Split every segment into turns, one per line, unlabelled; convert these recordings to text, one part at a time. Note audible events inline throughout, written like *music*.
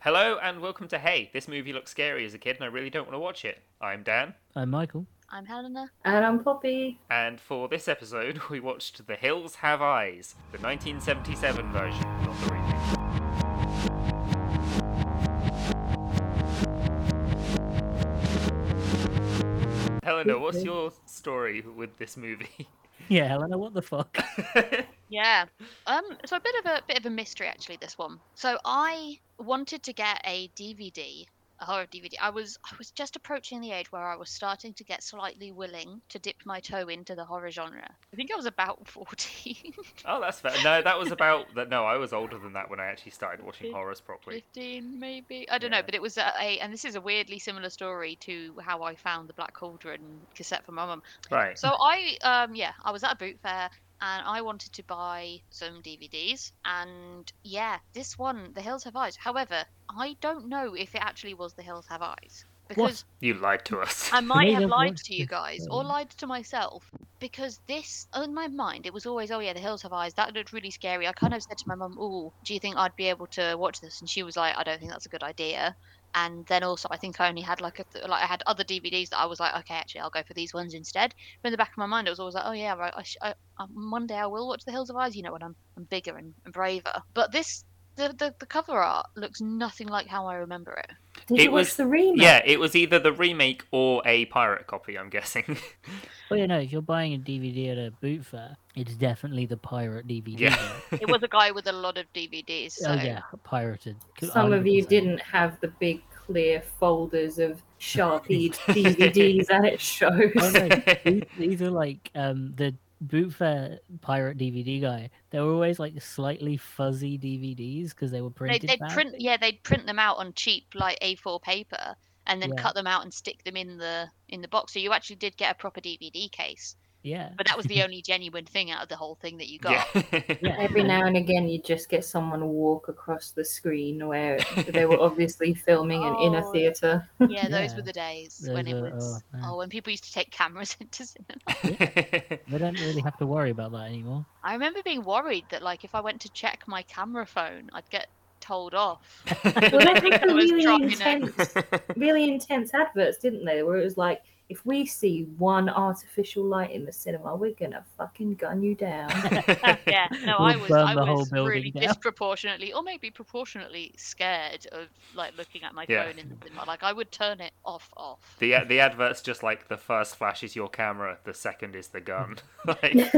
Hello and welcome to Hey. This movie looks scary as a kid and I really don't want to watch it. I'm Dan,
I'm Oh, Michael.
I'm Helena.
And I'm Poppy.
and for this episode *laughs* we watched The Hills Have Eyes, the 1977 version, not the remake. Helena, what's your story with this movie? *laughs*
Yeah, Helena, what the fuck?
Yeah. Um. So a bit of a bit of a mystery actually. This one. So I wanted to get a DVD, a horror DVD. I was I was just approaching the age where I was starting to get slightly willing to dip my toe into the horror genre. I think I was about *laughs* fourteen.
oh, that's fair. No, that was about that. No, I was older than that when I actually started watching horrors properly.
15 maybe i don't
Yeah.
know but it was a, a and this is a weirdly similar story to how i found the black cauldron cassette for my mum
Right.
so i um yeah i was at a boot fair and i wanted to buy some dvds and yeah this one the hills have eyes however i don't know if it actually was the hills have eyes because
You lied to us.
I might
may
have
have
lied
watched
to you
this
guys or
film.
lied to myself because this, in my mind, it was always, oh yeah, the hills have eyes. That looked really scary. I kind of said to my mum, oh, do you think I'd be able to watch this? And she was like, I don't think that's a good idea. And then also, I think I only had like a th- like I had other DVDs that I was like, okay, actually, I'll go for these ones instead. But in the back of my mind, it was always like, oh yeah, right, I sh- I, I, one day I will watch The Hills of Eyes, you know, when I'm I'm bigger and, and braver. But this, the, the the cover art looks nothing like how I remember it.
Did
It
you
was-
watch the remake?
Yeah, it was either the remake or a pirate copy, I'm guessing.
*laughs*
*laughs*
well, you know, if you're buying a DVD at a boot fair, it's definitely the pirate DVD.
yeah.
right?
It was a guy with a lot of DVDs.
*laughs*
So.
Oh yeah, pirated. Could
Some of you
arguably.
didn't have the big clear folders of Sharpie DVDs at it shows.
Oh, no.
*laughs*
*laughs*
These- These are like um, the boot fair pirate DVD guy. They were always like slightly fuzzy DVDs because they were
They'd,
printed.
they'd
bad.
print, yeah, they'd print them out on cheap like A4 paper, and then
Yeah.
cut them out and stick them in the in the box. So you actually did get a proper DVD case,
Yeah.
but that
*laughs*
was the only genuine thing out of the whole thing that you got.
Yeah.
yeah.
*laughs* Every now and again, you just get someone walk across the screen
*laughs*
where they were obviously filming an inner
Oh.
theatre.
*laughs*
Yeah, those were
Yeah.
the days when
Those
it
were- oh,
was. Oh,
man.
when people used to take cameras *laughs* into cinema.
They don't really have to worry about that anymore.
I remember being worried that like if I went to check my camera phone, I'd get told
*laughs*
off.
Well, they
*laughs*
*laughs*
did
I
the
was
really
dropping it. *laughs*
intense, really intense adverts, didn't they? Where it was like, if we see one artificial light in the cinema, we're gonna fucking gun you down.
Oh, yeah, no, I
We'll
was I
burn the whole
was really
building down.
disproportionately or maybe proportionately scared of like looking at my
Yeah.
phone in the cinema. Like I would turn it off off.
The the advert's just like the first flash is your camera, the second is the gun. *laughs*
*laughs*
like...
yeah.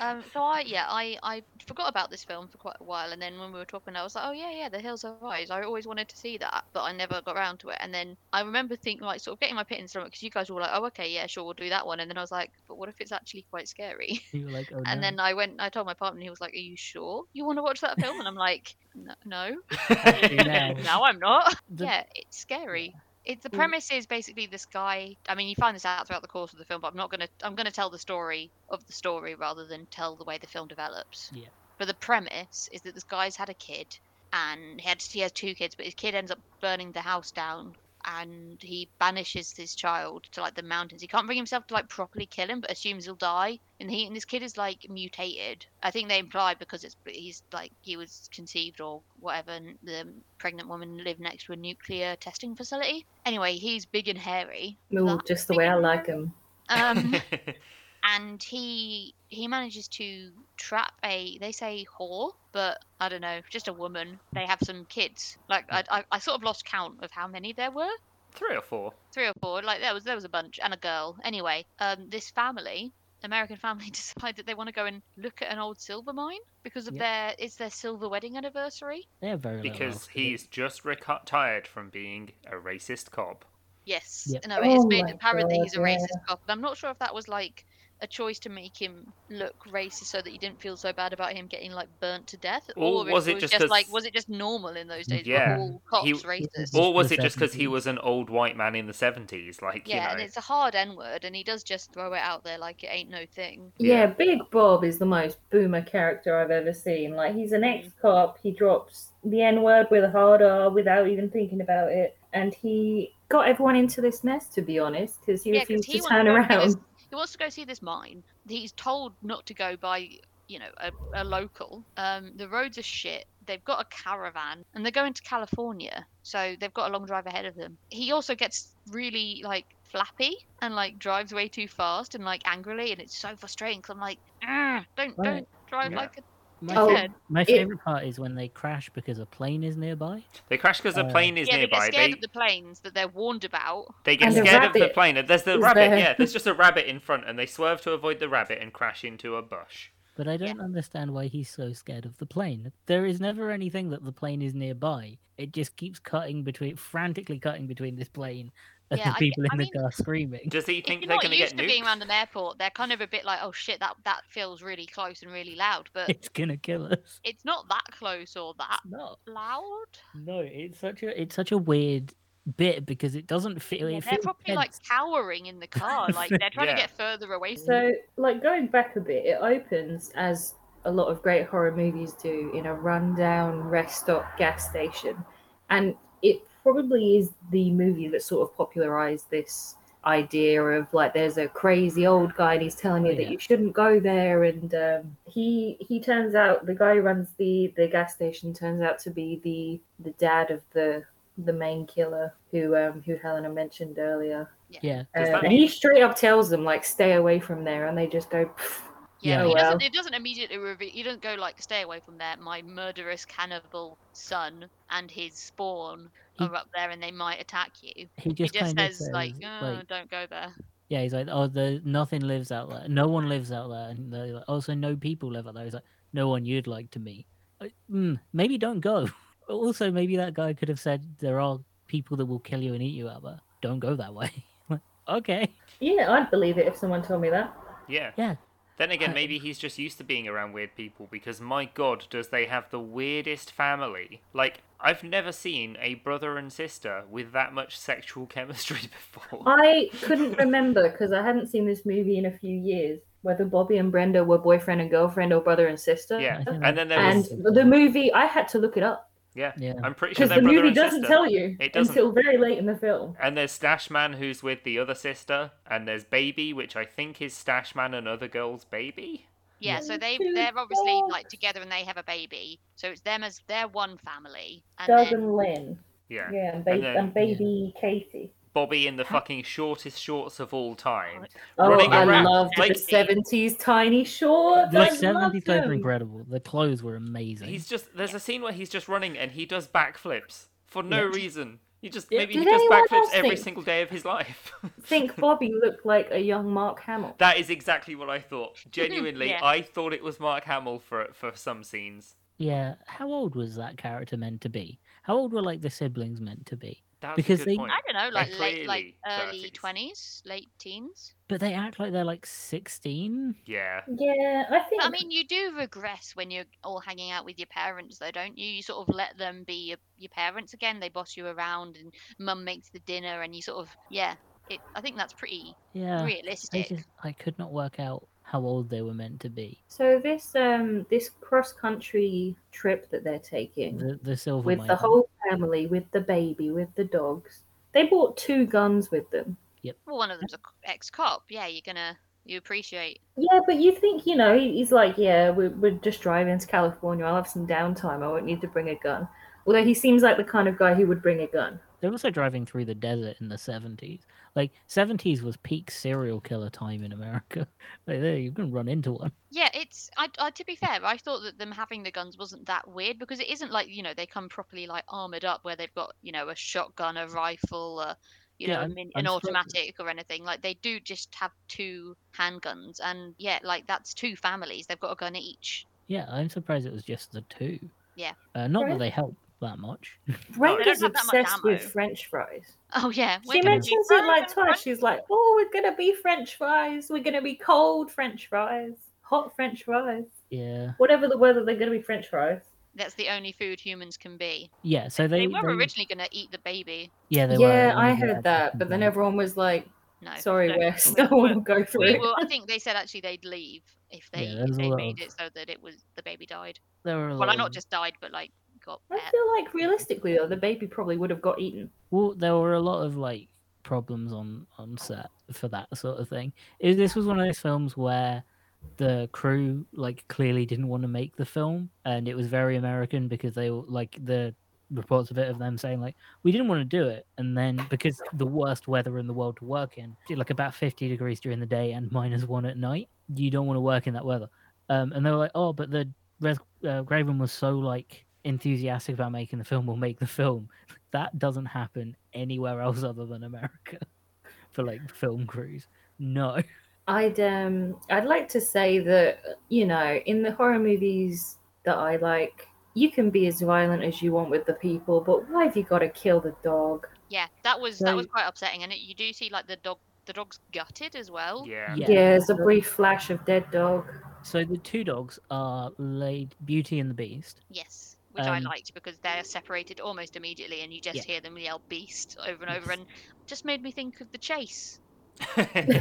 Um, so I yeah I, I forgot about this film for quite a while, and then when we were talking, I was like, oh yeah yeah, The Hills Have Eyes. I always wanted to see that, but I never got around to it. And then I remember thinking like sort of getting my pit in the stomach because you guys were like, oh okay yeah sure we'll do that one, and then I was like, but what if it's actually quite scary? *laughs*
You were like, oh,
And
no.
then I went, I told my partner, and he was like, are you sure you want to watch that film? And I'm like, no, no, *laughs*
now.
no I'm not.
The-
Yeah, it's scary. It, the
Mm.
premise is basically this guy. I mean, you find this out throughout the course of the film, but I'm not gonna. I'm gonna tell the story of the story rather than tell the way the film develops.
Yeah.
But the premise is that this guy's had a kid, and he had he has two kids, but his kid ends up burning the house down, and he banishes his child to like the mountains. He can't bring himself to like properly kill him, but assumes he'll die in the heat. And this kid is like mutated. I think they imply because it's he's like he was conceived or whatever. And the pregnant woman lived next to a nuclear testing facility. Anyway, he's big and hairy.
Ooh,
That
just the way I like them.
Um, and he he manages to trap a they say whore but i don't know just a woman they have some kids like I, I, I sort of lost count of how many there were
*laughs* Three or four.
three or four like there was there was a bunch and a girl anyway um this family american family *laughs* decide that they want to go and look at an old silver mine because of
Yep.
their it's their silver wedding anniversary
They're very little else
Because
to do.
he's just retired from being a racist cop.
Yes.
Yep.
No, it's
Oh
made
my
apparent that he's a
God, yeah.
racist cop. And I'm not sure if that was like a choice to make him look racist so that you didn't feel so bad about him getting like burnt to death.
Or was it just 'cause-
like was it just normal in those days?
Yeah.
Were all cops
He-
racist?
Or-
Or was it just because he
70s.
was an old white man in the 70s? Like,
yeah, and
you know.
it's a hard N word and he does just throw it out there like it ain't no thing.
Yeah.
Yeah, Big Bob is the most boomer character I've ever seen. Like he's an
Mm.
ex cop. He drops the N word with a hard R without even thinking about it, and he got everyone into this mess. To be honest, because he
Yeah, 'cause
refused
he
to
wants
turn
to work in
around.
his- He wants to go see this mine. He's told not to go by, you know, a, a local. Um, the roads are shit. they've got a caravan and they're going to California, so they've got a long drive ahead of them. He also gets really like flappy and like drives way too fast and like angrily, and it's so frustrating. Cause I'm like, "Argh, don't
Right.
don't drive
Yeah.
like
My,
a
Oh,
fa-
dickhead."
my
it-
favorite part is when they crash because a plane is nearby.
They crash because the
Uh,
plane is
yeah, they get
nearby.
scared
They,
of the planes that they're warned about.
they get
And the
scared of the
rabbit
plane. There's the
is
rabbit,
there.
yeah. There's just a rabbit in front, and they swerve to avoid the rabbit and crash into a bush.
But I don't understand why he's so scared of the plane. There is never anything that the plane is nearby. It just keeps cutting between, frantically cutting between this plane and
Yeah,
the
I-
people
I
in the
mean,
car screaming.
Does he
If
think
you're
they're
not
going to
used
get
to being
nuked?
around an airport, they're kind of a bit like, oh shit, that that feels really close and really loud,
*laughs* *laughs*
but
It's gonna kill us.
it's not that close or that
No,
loud.
no, it's such a it's such a weird bit because it doesn't feel.
Yeah,
it
they're
feels
probably like
tense.
cowering in the car, like they're trying
Yeah.
to get further
Mm.
away from
So, like going back a bit, it opens as a lot of great horror movies do in a rundown rest stop gas station, and it probably is the movie that sort of popularized this idea of like there's a crazy old guy and he's telling you
Oh, yeah.
that you shouldn't go there and um, he he turns out the guy who runs the the gas station turns out to be the the dad of the the main killer who um who helena mentioned earlier
yeah,
um,
Does that
and
mean-
he straight up tells them like stay away from there, and they just go. "Pff."
Yeah,
Yeah.
but he doesn't,
Oh, well.
it doesn't immediately reveal. He doesn't go like, "Stay away from there." My murderous cannibal son and his spawn
He-
are up there, and they might attack you.
he
He
just,
just
kind of
says, like, oh,
like,
"Don't go there."
yeah, he's like, oh, the nothing lives out there. No one lives out there, and they're like, also no people live out there. He's like, no one you'd like to meet. Like, mm, maybe don't go. *laughs* Also, maybe that guy could have said there are people that will kill you and eat you out there. Don't go that way. *laughs* Like, okay,
Yeah, I'd believe it if someone told me that.
Yeah.
yeah,
Then again,
I-
maybe he's just used to being around weird people because my god, does they have the weirdest family. Like, I've never seen a brother and sister with that much sexual *laughs* chemistry before.
I couldn't remember because I hadn't seen this movie in a few years whether Bobby and Brenda were boyfriend and girlfriend or brother and sister.
Yeah.
think
And then there
And
was.
the movie, I had to look it up
Yeah.
yeah.
I'm pretty sure
because
they're
the
brother
movie
and
doesn't
sister.
tell you
It doesn't.
until very late in the film.
And there's Stashman who's with the other sister, and there's Baby, which I think is Stashman and other girl's baby.
Yeah,
Yeah.
so they
Two
they're obviously
dogs.
like together, and they have a baby. So it's them as they're one family, and
Doug
then
and Lynn,
Yeah.
yeah, and, ba-
And then-
and baby Katie.
Bobby in the fucking shortest shorts of all time.
Oh,
Running
I
around,
loved
like-
the seventies tiny shorts.
The
I
seventies
loved
clothes were
them.
incredible. The clothes were amazing.
He's just there's a scene where he's just running and he does backflips for no
Yeah.
reason. He just
Yeah.
maybe he
Did
does
anyone
backflips
else
every
think-
single day of his life. *laughs*
Think Bobby looked like a young Mark Hamill.
that is exactly what I thought.
*laughs*
Genuinely,
Yeah.
I thought it was Mark Hamill for for some scenes.
Yeah, how old was that character meant to be? How old were like the siblings meant to be?
That's
Because
a good
they-
point.
I don't know,
They're
like late, like
clearly
early
30s.
twenties, late teens.
But they act like they're like sixteen.
Yeah.
Yeah, I think.
But, I mean, you do regress when you're all hanging out with your parents, though, don't you? You sort of let them be your, your parents again. They boss you around, and mum makes the dinner, and you sort of yeah. It, I think that's pretty
Yeah. I
realistic.
just I could not work out how old they were meant to be.
So this um this cross country trip that they're taking
The, the silver
with
miner.
the whole family, with the baby, with the dogs, they brought two guns with them.
Well, one of them's an ex cop. Yeah, you're gonna you appreciate.
Yeah, but you think you know he- he's like, yeah, we're, we're just driving to California. I'll have some downtime. I won't need to bring a gun. Although he seems like the kind of guy who would bring a gun.
They're also driving through the desert in the seventies. Like seventies was peak serial killer time in America. *laughs* Like there, you can run into one.
Yeah, it's. I, I to be fair, I thought that them having the guns wasn't that weird because it isn't like you know they come properly like armored up where they've got you know a shotgun, a rifle, a, you
Yeah,
know a
I'm-
min-
I'm
an
sure-
automatic or anything. Like they do just have two handguns, and yeah, like that's two families. They've got a gun each. *laughs*
Yeah, I'm surprised it was just the two.
Yeah.
Uh, not
Right.
that they help that much. *laughs*
Frank
don't
is
have that much
obsessed with
ammo.
French fries.
Oh yeah,
She
when did you
mentions it
grow *laughs*
like
them,
twice.
Frank?
She's like, "Oh, we're gonna be French fries. We're gonna be cold French fries, hot French fries,
Yeah.
whatever the weather. They're gonna be French fries."
That's the only food humans can be.
Yeah. So
They,
they.
were
they-
originally gonna eat the baby.
Yeah, they were.
yeah,
and
I
they had
heard that, but then
complaint.
everyone was like,
No,
"Sorry,
no,
Wes, *laughs*
we
no one
were-
will go for
we
it."
will, I think they said actually they'd leave if they,
Yeah,
if
there's a
they
lot
made
of-
it so that it was the baby died.
There were a
Well,
lot
I not
of-
just died, but like got
I
pet.
feel like realistically though, the baby probably would have got eaten.
Well, there were a lot of like problems on on set for that sort of thing. Is this was one of those films where the crew like clearly didn't want to make the film and it was very american because they were like the reports of it of them saying like we didn't want to do it and then because the worst weather in the world to work in like about 50 degrees during the day and *laughs* minus one at night you don't want to work in that weather um, and they were like oh but the Res- uh, graven was so like enthusiastic about making the film we'll make the film that doesn't happen anywhere else other than america *laughs* for like film crews no
I'd um I'd like to say that you know in the horror movies that I like, you can be as violent as you want with the people, but why have you got to kill the dog?
Yeah, that was that was
Right.
quite upsetting, and it, you do see like the dog, the dog's gutted as well.
Yeah. *laughs*
Yeah.
Yeah, it's a brief flash of dead *laughs* dog.
so the two dogs are laid beauty and the beast
Yes, which I
Um,
liked because they're separated almost immediately, and you just
Yeah.
hear them yell "beast" over and over, and just made me think of the chase.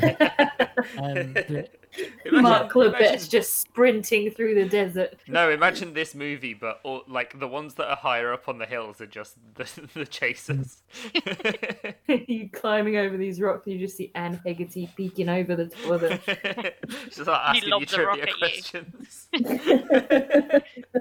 Um, the-
Imagine-
Mark Lubitsch
imagine-
just sprinting through the desert.
No, imagine this movie, but all, like the ones that are higher up on the hills are just the, *laughs* the
*laughs*
chasers.
you climbing over these rocks, you just see Anne Hegarty peeking over the top of *laughs* them.
*laughs* just like asking you
lobs a rock
trivia
at you. *laughs*
questions.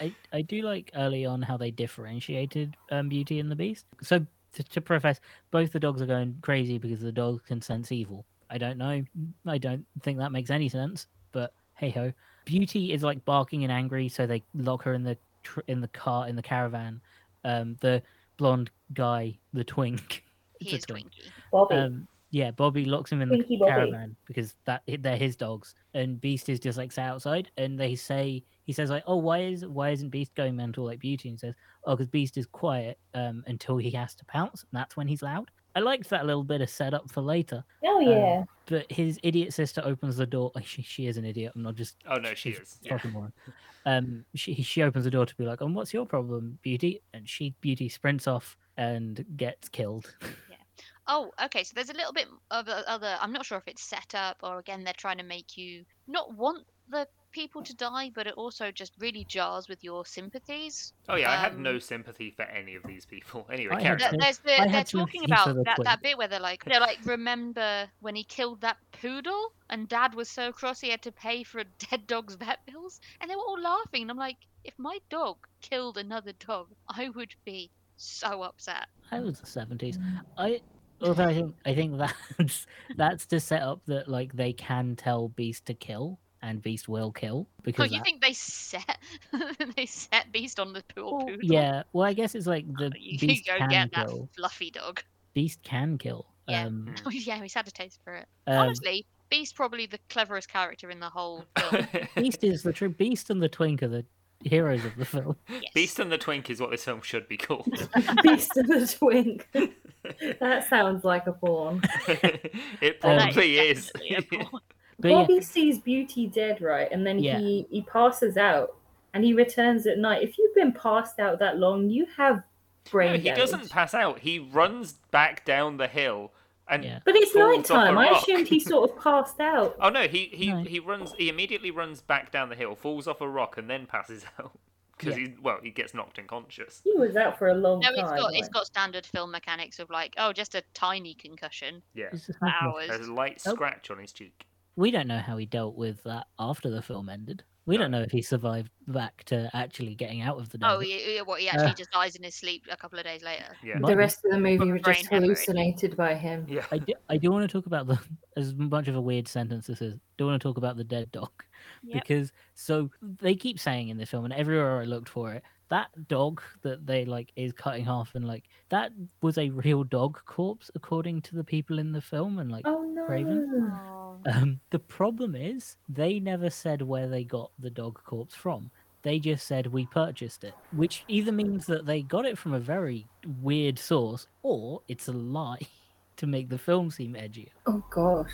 I, I do like early on how they differentiated um, Beauty and the Beast. So to, to profess, both the dogs are going crazy because the dog can sense evil. I don't know. I don't think that makes any sense. But hey ho, Beauty is like barking and angry, so they lock her in the tr- in the car in the caravan. Um, the blonde guy, the twink, It's
He
a
is
twink.
Twinkie.
Bobby.
um, yeah, Bobby locks him in the
Pinky Bobby.
caravan because that they're his dogs, and Beast is just like sat outside, and they say he says like, "Oh, why is why isn't Beast going mental like Beauty?" And he says, "Oh, because Beast is quiet um, until he has to pounce, and that's when he's loud." I liked that little bit of setup for later,
oh
um,
yeah.
but his idiot sister opens the door. *laughs* She, she is an idiot. I'm not just
Oh no, she
She's
is.
a Fucking moron. Um, she she opens the door to be like, "And what's your problem, Beauty?" And she Beauty sprints off and gets killed. *laughs*
Oh, okay. So there's a little bit of a- other. I'm not sure if it's set up or again they're trying to make you not want the people to die, but it also just really jars with your sympathies.
Oh yeah, I had
Um,
no sympathy for any of these people. Anyway,
I had
carry
There-
on.
no-
There's the,
I
they're
had some
talking
heat
about
of the
that, that
twink.
bit where they're like they're like remember when he killed that poodle and dad was so cross he had to pay for a dead dog's vet bills and they were all laughing and I'm like if my dog killed another dog I would be so upset.
I was the seventies. I although I think I think *laughs* that's that's to set up that like they can tell Beast to kill and Beast will kill
So
because
Oh, you
that-
think they set *laughs* they set Beast on the poor poodle?
yeah. Well, I guess it's like the
Oh, you
Beast
*laughs* go
can
get that
kill.
fluffy dog. *laughs*
Beast can kill.
Yeah.
Um,
Mm.
Oh yeah, he's had a taste for it.
um,
Honestly, *laughs* Beast probably the cleverest character in the whole film.
*laughs* Beast is the true Beast and the Twink are the heroes of the
*laughs*
film.
Yes.
*laughs* Beast and the Twink is what this film should be
*laughs*
called.
*laughs*
*laughs*
Beast of the Twink. *laughs* that sounds like a porn.
it
Um,
That
probably is.
definitely a
*laughs*
porn.
But yeah,
Bobby sees Beauty dead, right? And then
Yeah.
he, he passes out and he returns at night. If you've been passed out that long, you have brain
No, he
damage.
doesn't pass out. He runs back down the hill and
Yeah.
But it's
falls off
nighttime.
a
I
rock.
assumed he sort of passed out.
Oh no, he he,
No.
he runs. He immediately runs back down the hill, falls off a rock, and then passes *laughs* out because
Yeah.
he well he gets knocked unconscious.
He was out for a
Oh,
long
No,
time.
it's got it's
like-
got standard film mechanics of like, oh, just a tiny concussion
Yeah,
it's just
for
not-
there's
hours.
a light
Oh.
scratch on his cheek.
we don't know how he dealt with that after the film ended. We don't know if he survived back to actually getting out of the
Oh,
desert.
he, he- what he
Uh,
actually just dies in his sleep a couple of days later.
Yeah,
Might
The
be.
rest of the movie was
Brain
just
hemorrhage.
hallucinated by him.
yeah.
I do, I do want to talk about the *laughs* as much of a weird sentence this is. Do want to talk about the dead dog
Yep.
because so they keep saying in the film and everywhere I looked for it that dog that they like is cutting off and like that was a real dog corpse according to the people in the film and like
Oh no.
Raven?
Oh.
um, the problem is they never said where they got the dog corpse from. They just said we purchased it, which either means that they got it from a very weird source or it's a lie *laughs* to make the film seem edgier.
Oh gosh.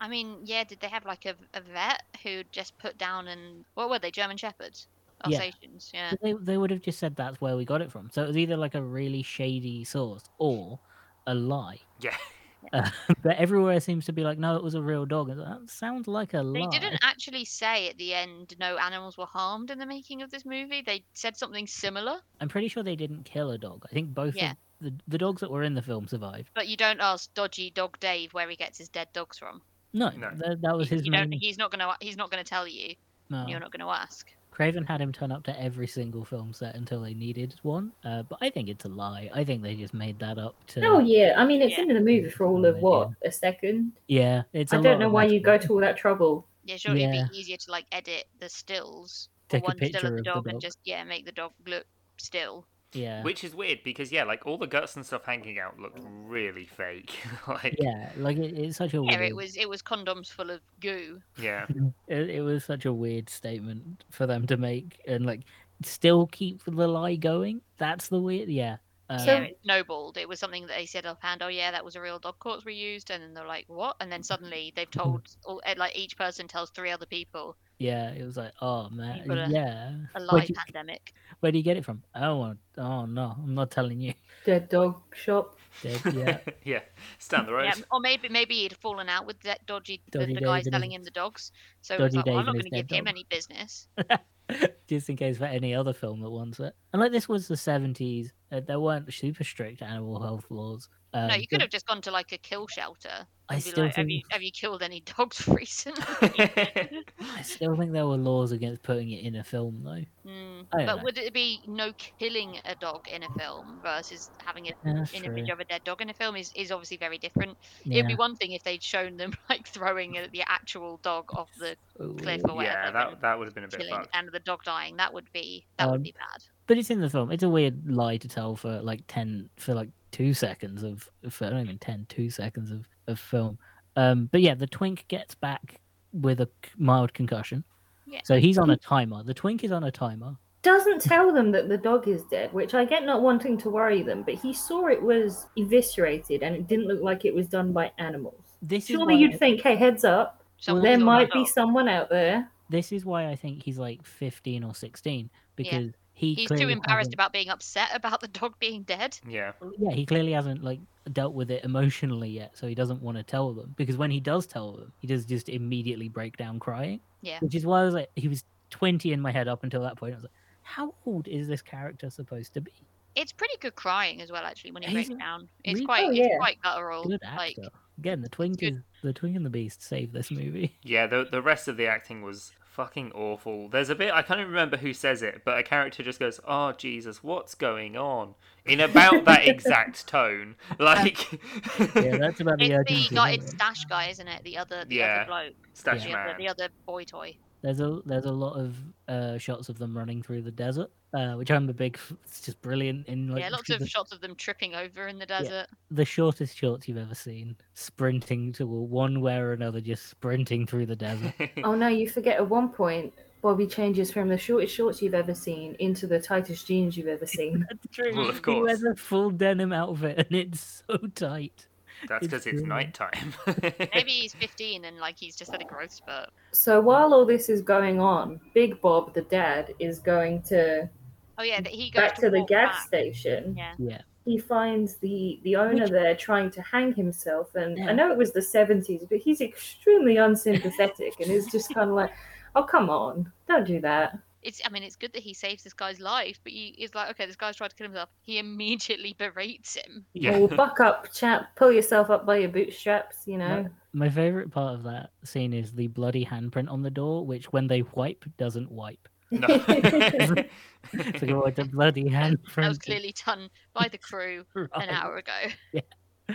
I mean, yeah, did they have like a, a vet who just put down and what were they? German shepherds,
Yeah.
Alsatians, yeah.
They, they would have just said that's where we got it from. So it was either like a really shady source or a lie.
Yeah.
*laughs* Uh, but everywhere seems to be like, no, it was a real dog. It's like, That sounds like a
They
lie.
didn't actually say at the end no animals were harmed in the making of this movie. They said something similar,
I'm pretty sure they didn't kill a dog. I think both
Yeah.
of the, the dogs that were in the film survived.
but you don't ask dodgy dog Dave where he gets his dead dogs from.
No,
No.
That, that was his Oh.
you
main.
don't, he's not gonna he's not gonna tell you.
no.
and You're not gonna ask.
Craven had him turn up to every single film set until they needed one. Uh, but I think it's a lie. I think they just made that up to.
Oh yeah, I mean it's
Yeah.
in the movie for all of what a second.
yeah, it's. I
I don't know why you go to all that trouble.
Yeah, surely
Yeah.
it'd be easier to like edit the stills
Take a
or one still
picture
of the
of the
dog and
dog.
just yeah make the dog look still.
Yeah.
Which is weird because yeah, like all the guts and stuff hanging out looked really fake. *laughs* like yeah.
Yeah, like it, it's such a
Yeah,
weird.
it was it was condoms full of goo.
It, it was such a weird statement for them to make, and like still keep the lie going. That's the weird. Yeah. Uh,
yeah, it snowballed. It was something that they said offhand. Oh yeah, that was a real dog corpse we used, and then they're like, what? And then suddenly they've
Mm-hmm.
told all, eh, like each person tells three other people
yeah, it was like, oh man,
People are-
yeah.
a
Where'd
live
you-
pandemic.
Where do you get it from? Oh, well, oh no, I'm not telling you. *laughs*
Dead dog shop.
Dead,
*laughs*
yeah,
*laughs* yeah. It's down the road.
Yeah, or maybe maybe he'd fallen out with that dodgy, the-
Dodgy
the guy
Dave and
selling
his-
him the dogs. So it was
Dodgy
like, well, I'm
Dave
not
and
going
his
to
dead
give him
dog.
any business.
just in case for any other film that wants it. And like this was the 70s, uh, there weren't super strict animal health laws. Um,
no, you could
but
have just gone to like a kill shelter.
I
and be
still
like, have you
think
have you killed any *laughs* dogs recently?
*laughs*
I still think there were laws against putting it in a film though.
Mm.
I don't
But
know.
would it be no killing a dog in a film versus having a,
Yeah,
an
true.
image of a dead dog in a film is, is obviously very different. It'd
Yeah.
be one thing if they'd shown them *laughs* like throwing uh, the actual dog off the cliff or whatever,
yeah,
and
that that would have been a bit
killing
fucked.
and the dog dying. That would be that
Um,
would be bad.
But it's in the film. It's a weird lie to tell for like ten for like two seconds of for not even ten two seconds of of film. Um, but yeah, the twink gets back with a c- mild concussion.
Yeah.
So he's on a timer. The twink is on a timer.
Doesn't tell them that the dog is dead, which I get not wanting to worry them, but he saw it was eviscerated and it didn't look like it was done by animals.
This
Surely
is why
you'd think, hey, heads up,
Someone
there
killed a
might be
dog.
someone out there.
this is why I think he's like fifteen or sixteen because he
He's too
clearly
embarrassed
hasn't-
about being upset about the dog being dead.
Yeah.
yeah he clearly hasn't like dealt with it emotionally yet so he doesn't want to tell them because when he does tell them he does just immediately break down crying
Yeah.
which is why i was like he was 20 in my head up until that point i was like how old is this character supposed to be
It's pretty good crying as well, actually, when he
He's
breaks down. It's
really-
quite
Oh,
it's
yeah.
quite guttural.
good actor
Like
again the twink
good.
is the twink and the beast save this
*laughs*
movie
Yeah, the the rest of the acting was fucking awful. There's a bit I can't even remember who says it, but a character just goes, "Oh Jesus, what's going on?" in about
*laughs*
that exact tone. Like *laughs*
yeah that's about the
it's
urgency
the guy,
isn't
it's
it?
Dash guy, isn't it? The other the
Yeah.
other bloke,
Stash
the
Man.
other, the other boy toy.
there's a there's a lot of uh shots of them running through the desert uh which i'm a big f- it's just brilliant in like
yeah, lots
the-
of shots of them tripping over in the
*laughs*
desert.
the shortest shorts you've ever seen, sprinting to one way or another, just sprinting through the
*laughs*
desert.
Oh no, you forget at one point, Bobby changes from the shortest shorts you've ever seen into the tightest jeans you've ever seen.
That's true.
Well, of
He wears
course.
a full denim outfit, and it's so tight.
That's because it's
Yeah.
nighttime. *laughs*
Maybe he's 15 and like he's just had a growth spurt.
So while all this is going on, Big Bob, the dad, is going to
Oh yeah, that he goes
back to the
walk
gas
back.
station.
Yeah.
Yeah,
He finds the the owner
Which-
there trying to hang himself, and
Yeah.
I know it was the seventies, but he's extremely unsympathetic and is just kind of like, "Oh come on, don't do that."
It's. I mean, it's good that he saves this guy's life, but you, it's like, okay, this guy's tried to kill himself. He immediately *laughs* berates him.
yeah.
Well, buck up, chap. Pull yourself up by your bootstraps. You know.
my favorite part of that scene is the bloody handprint on the door, which when they wipe doesn't
*laughs*
wipe. *laughs*
No. *laughs*
It's like, oh, it's a bloody
That was
handprint.
clearly done by the crew
Right.
an hour ago.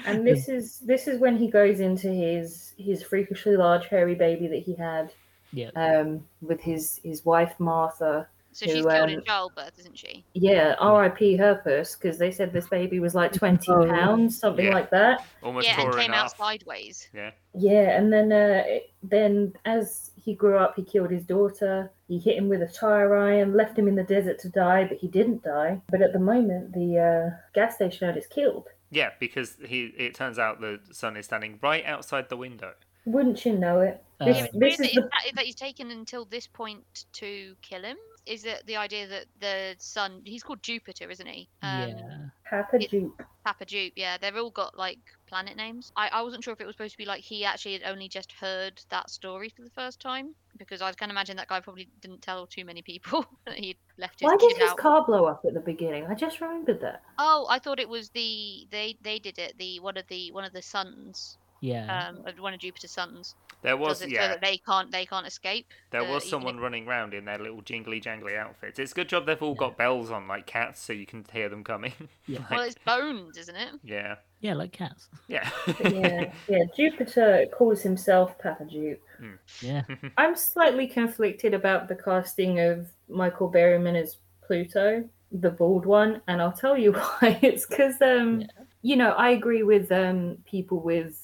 and this is this is when he goes into his his freakishly large hairy baby that he had
Yeah.
um with his his wife martha
So
Who,
she's killed in
um,
childbirth, isn't she?
yeah rip herpes because they said this baby was like 20
Oh.
pounds something
Yeah.
like that
Almost
Yeah, and
tore
came
him
out
off.
sideways.
Yeah.
yeah and then uh it- then as he grew up he killed his daughter he hit him with a tire iron left him in the desert to die but he didn't die but at the moment the uh gas station owner is killed
Yeah, because he it turns out the sun is standing right outside the window.
wouldn't you know it this,
Uh,
this
Weird
is
that,
the
that- that he's taken until this point to kill him. Is it the idea that the sun? He's called Jupiter, isn't he? Um,
yeah,
Papa
it-
Duke.
Papa Dupe, yeah, they've all got like planet names. I, I wasn't sure if it was supposed to be like he actually had only just heard that story for the first time because I can imagine that guy probably didn't tell too many people *laughs* that he'd left his
Why
kid
did his
out.
car blow up at the beginning? I just remembered that.
Oh, I thought it was the they they did it the one of the one of the sons
Yeah.
um, of one of Jupiter's sons.
There was
does it so
yeah,
that they can't they
*laughs*
can't escape?
there
uh,
was
even
someone
if-
running round in their little jingly jangly outfits. It's a good job they've all got bells on like cats, so you can hear them coming. *laughs*
Yeah.
Like,
Well, it's bones, isn't it?
yeah,
yeah, like cats.
yeah,
yeah, yeah. Jupiter calls himself Papa Jupe.
Yeah.
I'm slightly conflicted about the casting of Michael Berryman as Pluto, the bald one, and I'll tell you *laughs* why. It's because, um,
Yeah.
you know, I agree with um, people with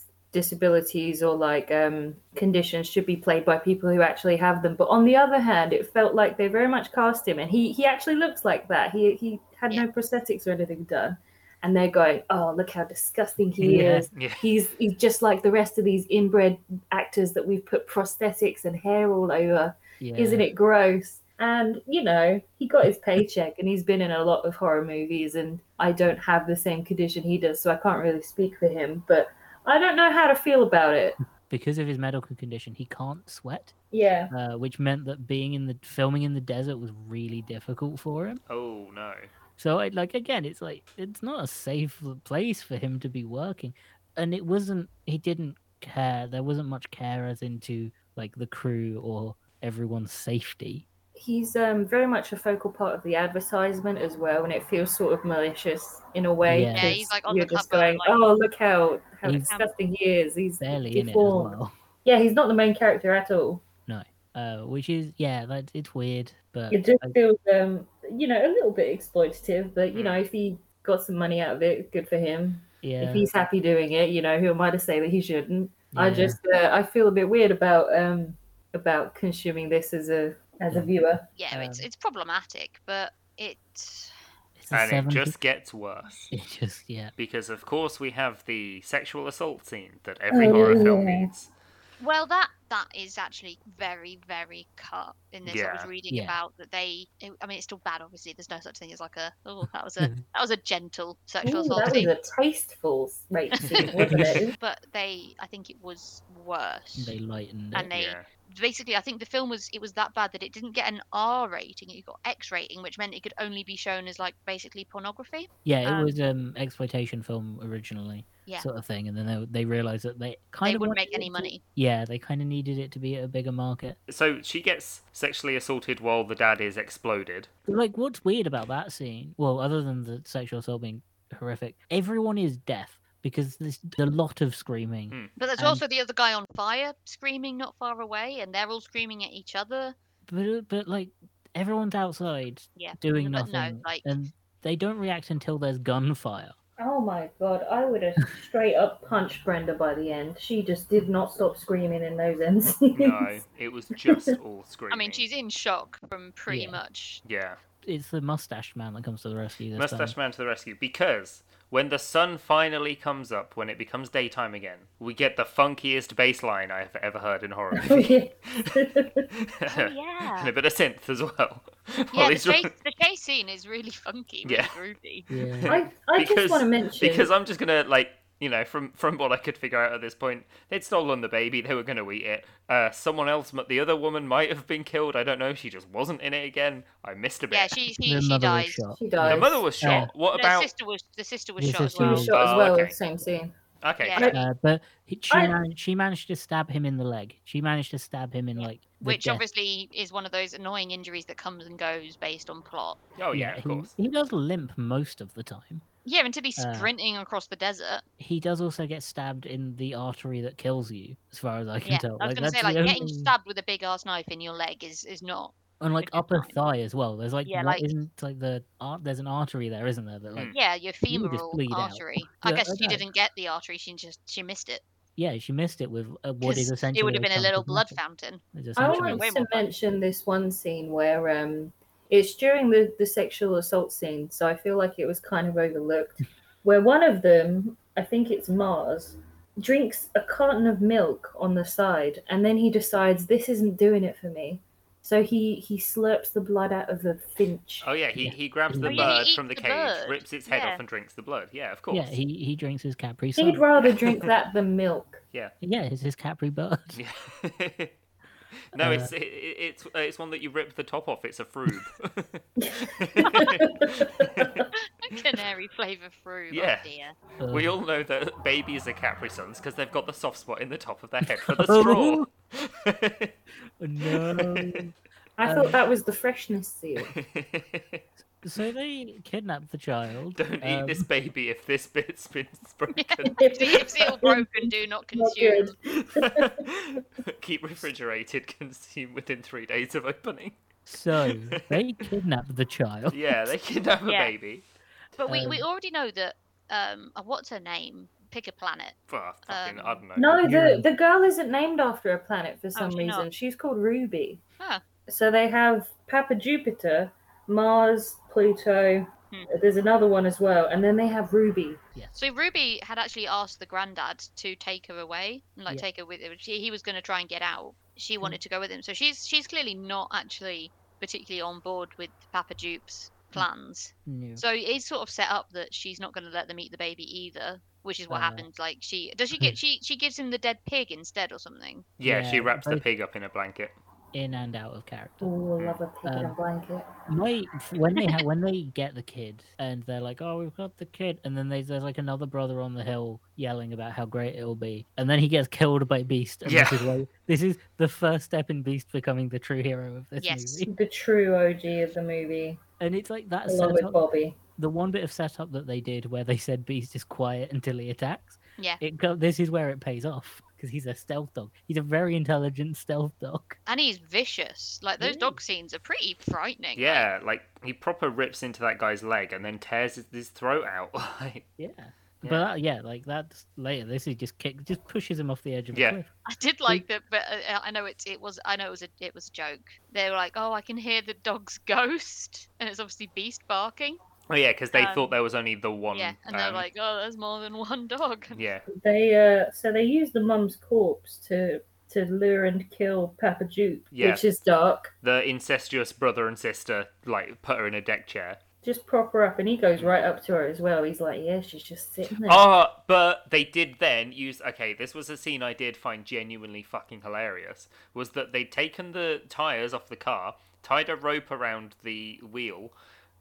disabilities or like um, conditions should be played by people who actually have them. But on the other hand, it felt like they very much cast him, and he he actually looks like that. He he had no prosthetics or anything done, and they're going, "Oh, look how disgusting he
Yeah.
is."
*laughs* yeah.
he's he's just like the rest of these inbred actors that we've put prosthetics and hair all over.
Yeah.
Isn't it gross? And you know, he got his paycheck and he's been in a lot of horror movies and I don't have the same condition he does, so I can't really speak for him, but I don't know how to feel
*laughs*
about it.
Because of his medical condition, he can't sweat,
Yeah.
uh, which meant that being in the filming in the desert was really difficult for him.
Oh no.
So, I, like again, it's like it's not a safe l- place for him to be working, and it wasn't. He didn't care. There wasn't much care as into like the crew or everyone's safety.
He's um, very much a focal part of the advertisement as well, and it feels sort of malicious in a way.
Yeah. Yeah,
'cause
he's, like, on
you're
the
just
cover,
going,
like-
"Oh, look how how
He's
disgusting he is." He's
Barely in it as
deformed.
well. *laughs*
Yeah, he's not the main character at all.
Uh, which is yeah, that it's weird, but
It just
I-
feels, um, you know, a little bit exploitative. But
Hmm.
you
Mm.
know, if he got some money out of it, good for him.
yeah,
If he's happy doing it, you know, who am I to say that he shouldn't? I
yeah.
just, uh, I feel a bit weird about um about consuming this as a as a
Yeah.
viewer.
Yeah, it's
Um,
it's problematic, but it
It's a
And it
70
just gets worse.
*laughs* It just yeah.
Because of course we have the sexual assault scene that every horror film
Oh, yeah.
needs.
well that that is actually very very cut in this. I was
Yeah.
reading
Yeah.
about that they. It, I mean, it's still bad. Obviously, there's no such thing as like a oh that was a
Mm-hmm.
that was a gentle sexual
Ooh,
assault.
that was
scene,
a tasteful
*laughs*
rape scene, wasn't it?
But they, I think it was worse.
They lightened it.
and they
Yeah.
basically i think the film was it was that bad that it didn't get an r rating it got x rating which meant it could only be shown as like basically pornography
yeah, it
um,
was um exploitation film originally,
Yeah.
sort of thing, and then they, they realized that they kind
they
of
wouldn't
wanted
make any
it to-
money
Yeah, they kind of needed it to be at a bigger market.
So she gets sexually assaulted while the dad is exploded.
But, Like, what's weird about that scene? Well, other than the sexual assault being horrific, everyone is deaf because there's a lot of screaming.
Mm.
but there's
And-
also the other guy on fire screaming not far away and they're all screaming at each other
But uh, but like everyone's outside
yeah
doing
but
nothing,
no like
and they don't react until there's gunfire.
Oh my god, I would have straight up punched Brenda by the end. She just did not stop screaming in those end scenes. *laughs*
No, it was just all screaming.
*laughs* i mean she's in shock from pretty
Yeah.
*laughs*
much
Yeah.
It's the mustache man that comes to the rescue. This time.
Mustache Man to the rescue because when the sun finally comes up, when it becomes daytime again, we get the funkiest bass line I've ever heard in horror.
Oh, *laughs*
movie. *laughs*
yeah.
Oh, *laughs* yeah.
and a bit of synth as well. *laughs*
yeah
While
the
he's
chase, the chase scene is really funky really
Yeah.
groovy
Yeah.
*laughs*
I, I
Because-
just want to mention
*laughs* because I'm just gonna like you know from from what I could figure out at this point, they'd stolen the baby. They were gonna eat it. Uh, someone else, m- the other woman, might have been killed. I don't know. She just wasn't in it again. I missed *laughs* a bit.
yeah she she,
The
she
mother was
dies
shot.
She
The
dies.
mother was shot. what
the
about?
sister was the sister was
The
shot as
sister
She
well
was shot as
Oh,
well,
okay.
same scene.
Okay,
Yeah.
fair.
Uh, but he, she,
I-
man- she managed to stab him in the leg. She managed to stab him in like the
which
death-
obviously is one of those annoying injuries that comes and goes based on plot
oh yeah,
he,
of course.
He does limp most of the time.
Yeah, until he's
Uh,
sprinting across
*laughs*
the desert.
He does also get stabbed in the artery that kills you, as far as I can
Yeah,
tell.
I was going to
that's
say, like,
the
getting
only-
stabbed with a big ass knife in your leg is, is not.
and like
good
upper
time.
thigh as well. There's like
Yeah,
not-
like-
isn't like the art. There's an artery there, isn't there? That like
Mm.
Yeah, your
You would just
femoral
bleed out.
artery. I
Yeah,
guess
I
she
know.
didn't get the artery; she just she missed it.
yeah, she missed it with uh, what
'cause
is essentially
it would have been a
chunk
little
of
blood
metal.
fountain.
It's
I
essentially-
way
want
more
to
fun.
mention this one scene where um, it's during the, the sexual assault scene, so I feel like it was kind of overlooked. Where one of them, I think it's Mars, drinks a carton of milk on the side, and then he decides this isn't doing it for me. So he he slurps the blood out of the finch.
Oh yeah, he,
Yeah.
he grabs the
Oh, yeah,
he
bird from the
eats the
cage,
bird.
rips its head
Yeah.
off, and drinks the blood. Yeah, of course.
yeah, he, he drinks his Capri Sun.
He'd rather drink that than milk.
Yeah, it's his
*laughs*
Capri Bird.
*laughs* Yeah. no,
Uh,
it's it, it- it's uh, it's one that you rip the top off. It's a froob.
Fucking Ordinary flavour fruit.
Yeah.
Oh dear.
Uh,
We all know that babies are Capri Suns because they've got the soft spot in the top of their head for the straw. *laughs*
Oh, no.
I
Um,
thought that was the freshness
*laughs*
seal.
So they kidnap the child.
Don't eat this
um,
baby if this bit's been broken.
If it's
*laughs*
all broken, do not
Not
consume.
*laughs* Keep refrigerated, consume within three days of opening.
So they kidnap the
*laughs*
child.
Yeah, they kidnap a
Yeah.
baby.
But we, we
Um,
already know that. Um, uh, what's her name? Pick a planet.
Well, fucking, I
Um,
don't know.
No,
Euro.
the, the girl isn't named after a planet for some
Oh, she's
reason.
not.
She's called Ruby.
Ah.
So they have Papa Jupiter, Mars, Pluto.
Hmm.
There's another one as well, and then they have Ruby.
So Ruby had actually asked the granddad to take her away, and like
Yeah. Mm.
take her with him. She, he was going to try and get out. She wanted to go with him, so she's she's clearly not actually particularly on board with Papa Jupe's
Mm.
plans.
No.
So it's sort of set up that she's not going to let them eat the baby either, which is what
Uh,
happens. Like she does,
*laughs*
she get she she gives him the dead pig instead or something.
Yeah, she
Yeah,
wraps the
both-
pig up in a blanket.
In and out of character.
Oh, I
Hmm.
love a pig in a
Um,
blanket.
My when they ha- when they get the kid and they're like, "Oh, we've got the kid," and then they, there's like another brother on the hill yelling about how great it'll be, and then he gets killed by Beast. And
Yeah.
This is, why, this is the first step in Beast becoming the true hero of this
Yes.
movie.
The true OG of the movie,
And it's like that
along with
setup
Bobby.
the one bit of setup that they did where they said Beast is quiet until he attacks.
Yeah.
It go- this is where it pays off because he's a stealth dog. He's a very intelligent stealth dog.
And he's vicious. Like those
Yeah.
dog scenes are pretty frightening. like,
Yeah, like he proper rips into that guy's leg and then tears his, his throat out. *laughs* Like,
Yeah.
Yeah.
But that, yeah, like that's later. This is just kick, just pushes him off the edge of a
Yeah.
cliff.
I did like that, but uh, I know it's it was I know it was a it was a joke. They were like, "Oh, I can hear the dog's *laughs* ghost," and it's obviously Beast barking.
oh yeah, because they
Um,
thought there was only the one.
yeah, and they're
um,
like, "Oh, there's more than one dog."
*laughs*
And
yeah,
They uh, so they use the mum's corpse to to lure and kill Papa Jupe,
Yeah.
which is dark.
the incestuous brother and sister like put her in a deck chair.
Just prop her up, and he goes right up to her as well. He's like, "Yeah, she's just sitting there."
*laughs*
Ah, but they did then use. Okay, this was a scene I did find genuinely fucking hilarious. Was that they'd taken the tires off the car, tied a rope around the wheel,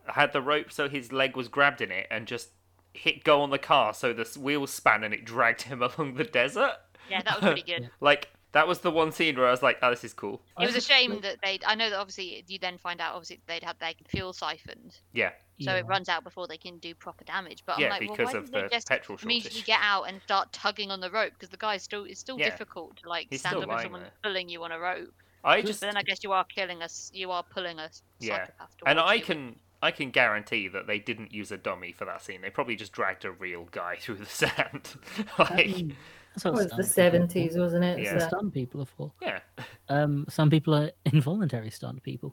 had the rope so his leg was grabbed in it, and just hit go on the car so the s- wheel span and it dragged him *laughs* along the desert.
yeah, that
*laughs*
was pretty good.
Like that was the one scene where I was like, "Oh, this is cool."
I
It was a
just
shame
like-
that they. I know that obviously you then find out obviously they'd had their fuel siphoned,
Yeah,
so
Yeah.
it runs out before they can do proper damage. But
yeah,
I'm like, well,
because
why
of
didn't
the
they just
petrol
immediately
shortage.
get out and start tugging on the rope? Because the guy's still it's still
Yeah.
difficult to like
He's
stand
still
up with
lying
someone
there.
pulling you on a rope.
I
But
just
then I guess you are killing us. You are pulling us.
Yeah.
psychopath
And
towards
I
you.
can I can guarantee that they didn't use a dummy for that scene. They probably just dragged a real guy *laughs* through the sand. *laughs* like
Mm, that's what
It Um, was
stunt
the
people-
seventies, wasn't it?
Yeah.
That's
So-
what stunt people are for.
yeah.
Um, some people are *laughs* involuntary stunt people.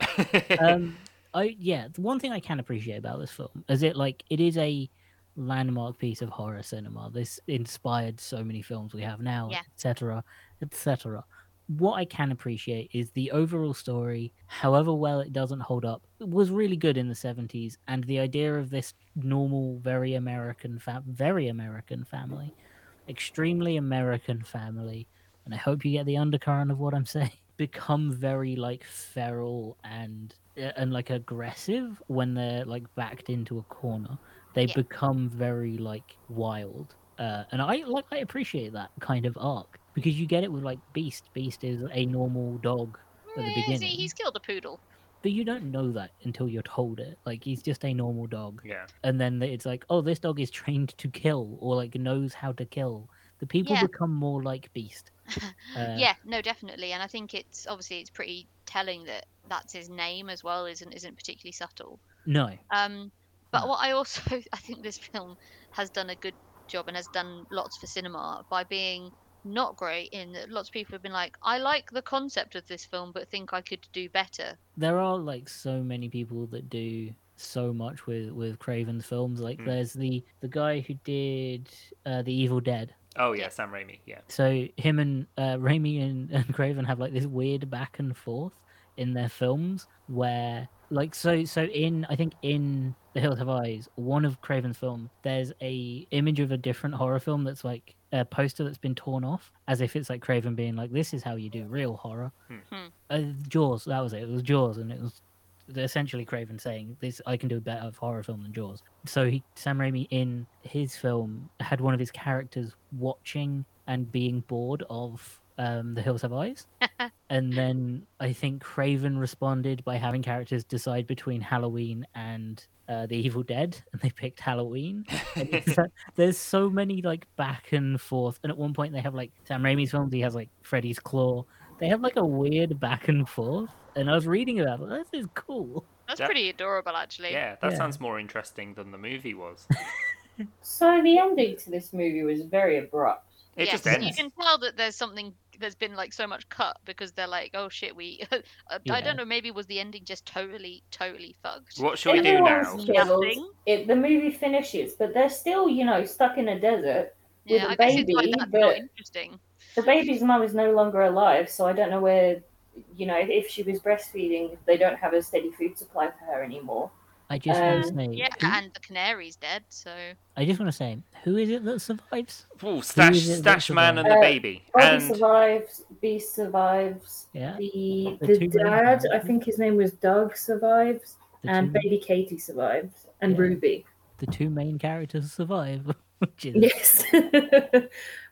um, I yeah, the one thing I can appreciate about this film is it like it is a landmark piece of horror cinema. This inspired so many films we have now,
Yeah.
etc., etc. What I can appreciate is the overall story, however well it doesn't hold up, was really good in the seventies, and the idea of this normal, very American, fa- very American family, extremely American family, and I hope you get the undercurrent of what I'm *laughs* saying. Become very like feral and uh, and like aggressive when they're like backed into a corner. They
Yeah.
become very like wild, uh, and I like I appreciate that kind of arc because you get it with like Beast. Beast is a normal dog, at the
Eh, see,
beginning.
he's killed a poodle.
but you don't know that until you're told it. Like he's just a normal dog,
yeah.
and then it's like, oh, this dog is trained to kill or like knows how to kill. The people
Yeah.
become more like
*laughs*
Beast. Uh,
yeah, no, definitely. And I think it's obviously it's pretty telling that that's his name as well. Isn't isn't particularly subtle.
No.
Um, but
No.
what I also *laughs* I think this film has done a good job and has done lots for cinema by being not great in that lots of people have been like, I like the concept of this film, but think I could do better.
there are like so many people that do so much with with Craven's films. Like
Mm.
there's the the guy who did uh, the Evil Dead.
Oh yeah,
Yeah.
Sam Raimi, yeah.
So him and uh, Raimi and, *laughs* and Craven have like this weird back and forth in their films where like so so in I think in The Hills Have Eyes, one of Craven's films, there's a image of a different horror film that's like a poster that's been torn off as if it's like Craven being like, "This is how you do real horror."
Hmm.
Hmm.
Uh, Jaws, that was it. It was Jaws, and it was essentially Craven saying this I can do a better horror film than Jaws. So he Sam Raimi in his film had one of his characters watching and being bored of um, The Hills Have
*laughs*
Eyes. and then I think Craven responded by having characters decide between Halloween and uh, The Evil Dead, and they picked
*laughs*
Halloween.
*laughs*
And it's that- There's so many like back and forth, and at one point they have like Sam Raimi's films. He has like Freddy's Claw. They have like a weird back and forth, and I was reading about it. This is cool.
That's
That-
pretty adorable, actually.
Yeah, that
Yeah.
sounds more interesting than the movie was.
So the ending to this movie was very abrupt.
It
yes,
just
and
ends.
*laughs* you can tell that there's something. There's been like so much cut because they're like, oh shit, we. *laughs* I
Yeah.
don't know. Maybe was the ending just totally, totally fucked.
What shall we do
Everyone's
now?
chilled.
Nothing.
It, the movie finishes, but they're still, you know, stuck in a desert. With
Yeah,
a
I guess it's like
baby,
that's not
but-
interesting.
Mm-hmm.
The baby's mum is no longer alive, so I don't know where, you know, if, if she was breastfeeding, they don't have a steady food supply for her anymore.
I just want to
Um,
say,
Yeah,
who-
and the canary's dead, so
I just want to say, who is it that survives?
Ooh, stash,
is it
stash
that's
man and
about?
the
Uh,
baby,
Bobby
and
survives. B survives.
Yeah,
The
The
the,
two main
dad, I
characters.
think his name was Doug, survives,
the
and
Um,
two,
baby Katie survives, and
Yeah.
Ruby.
the two main characters survive, *laughs* which is
*laughs* Yes,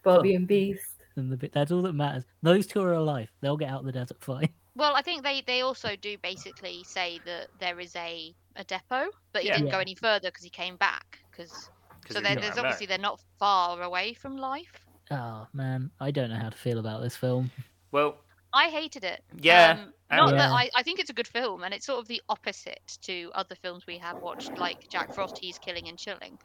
Bobby and Beast.
and the bit that's all that matters. Those two are alive. They'll get out of the desert fine. *laughs*
well, I think they they also do basically say that there is a a depot, but he
Yeah.
didn't go
Yeah.
any further because he came back. Cause,
'cause
so
it's
there-
not
there's
that.
obviously they're not far away from life.
Oh man, I don't know how to feel about this film.
well,
I hated it.
yeah,
Um, not that
Yeah.
I, I think it's a good film, and it's sort of the opposite to other films we have watched, like Jack Frost, He's Killing and Chilling,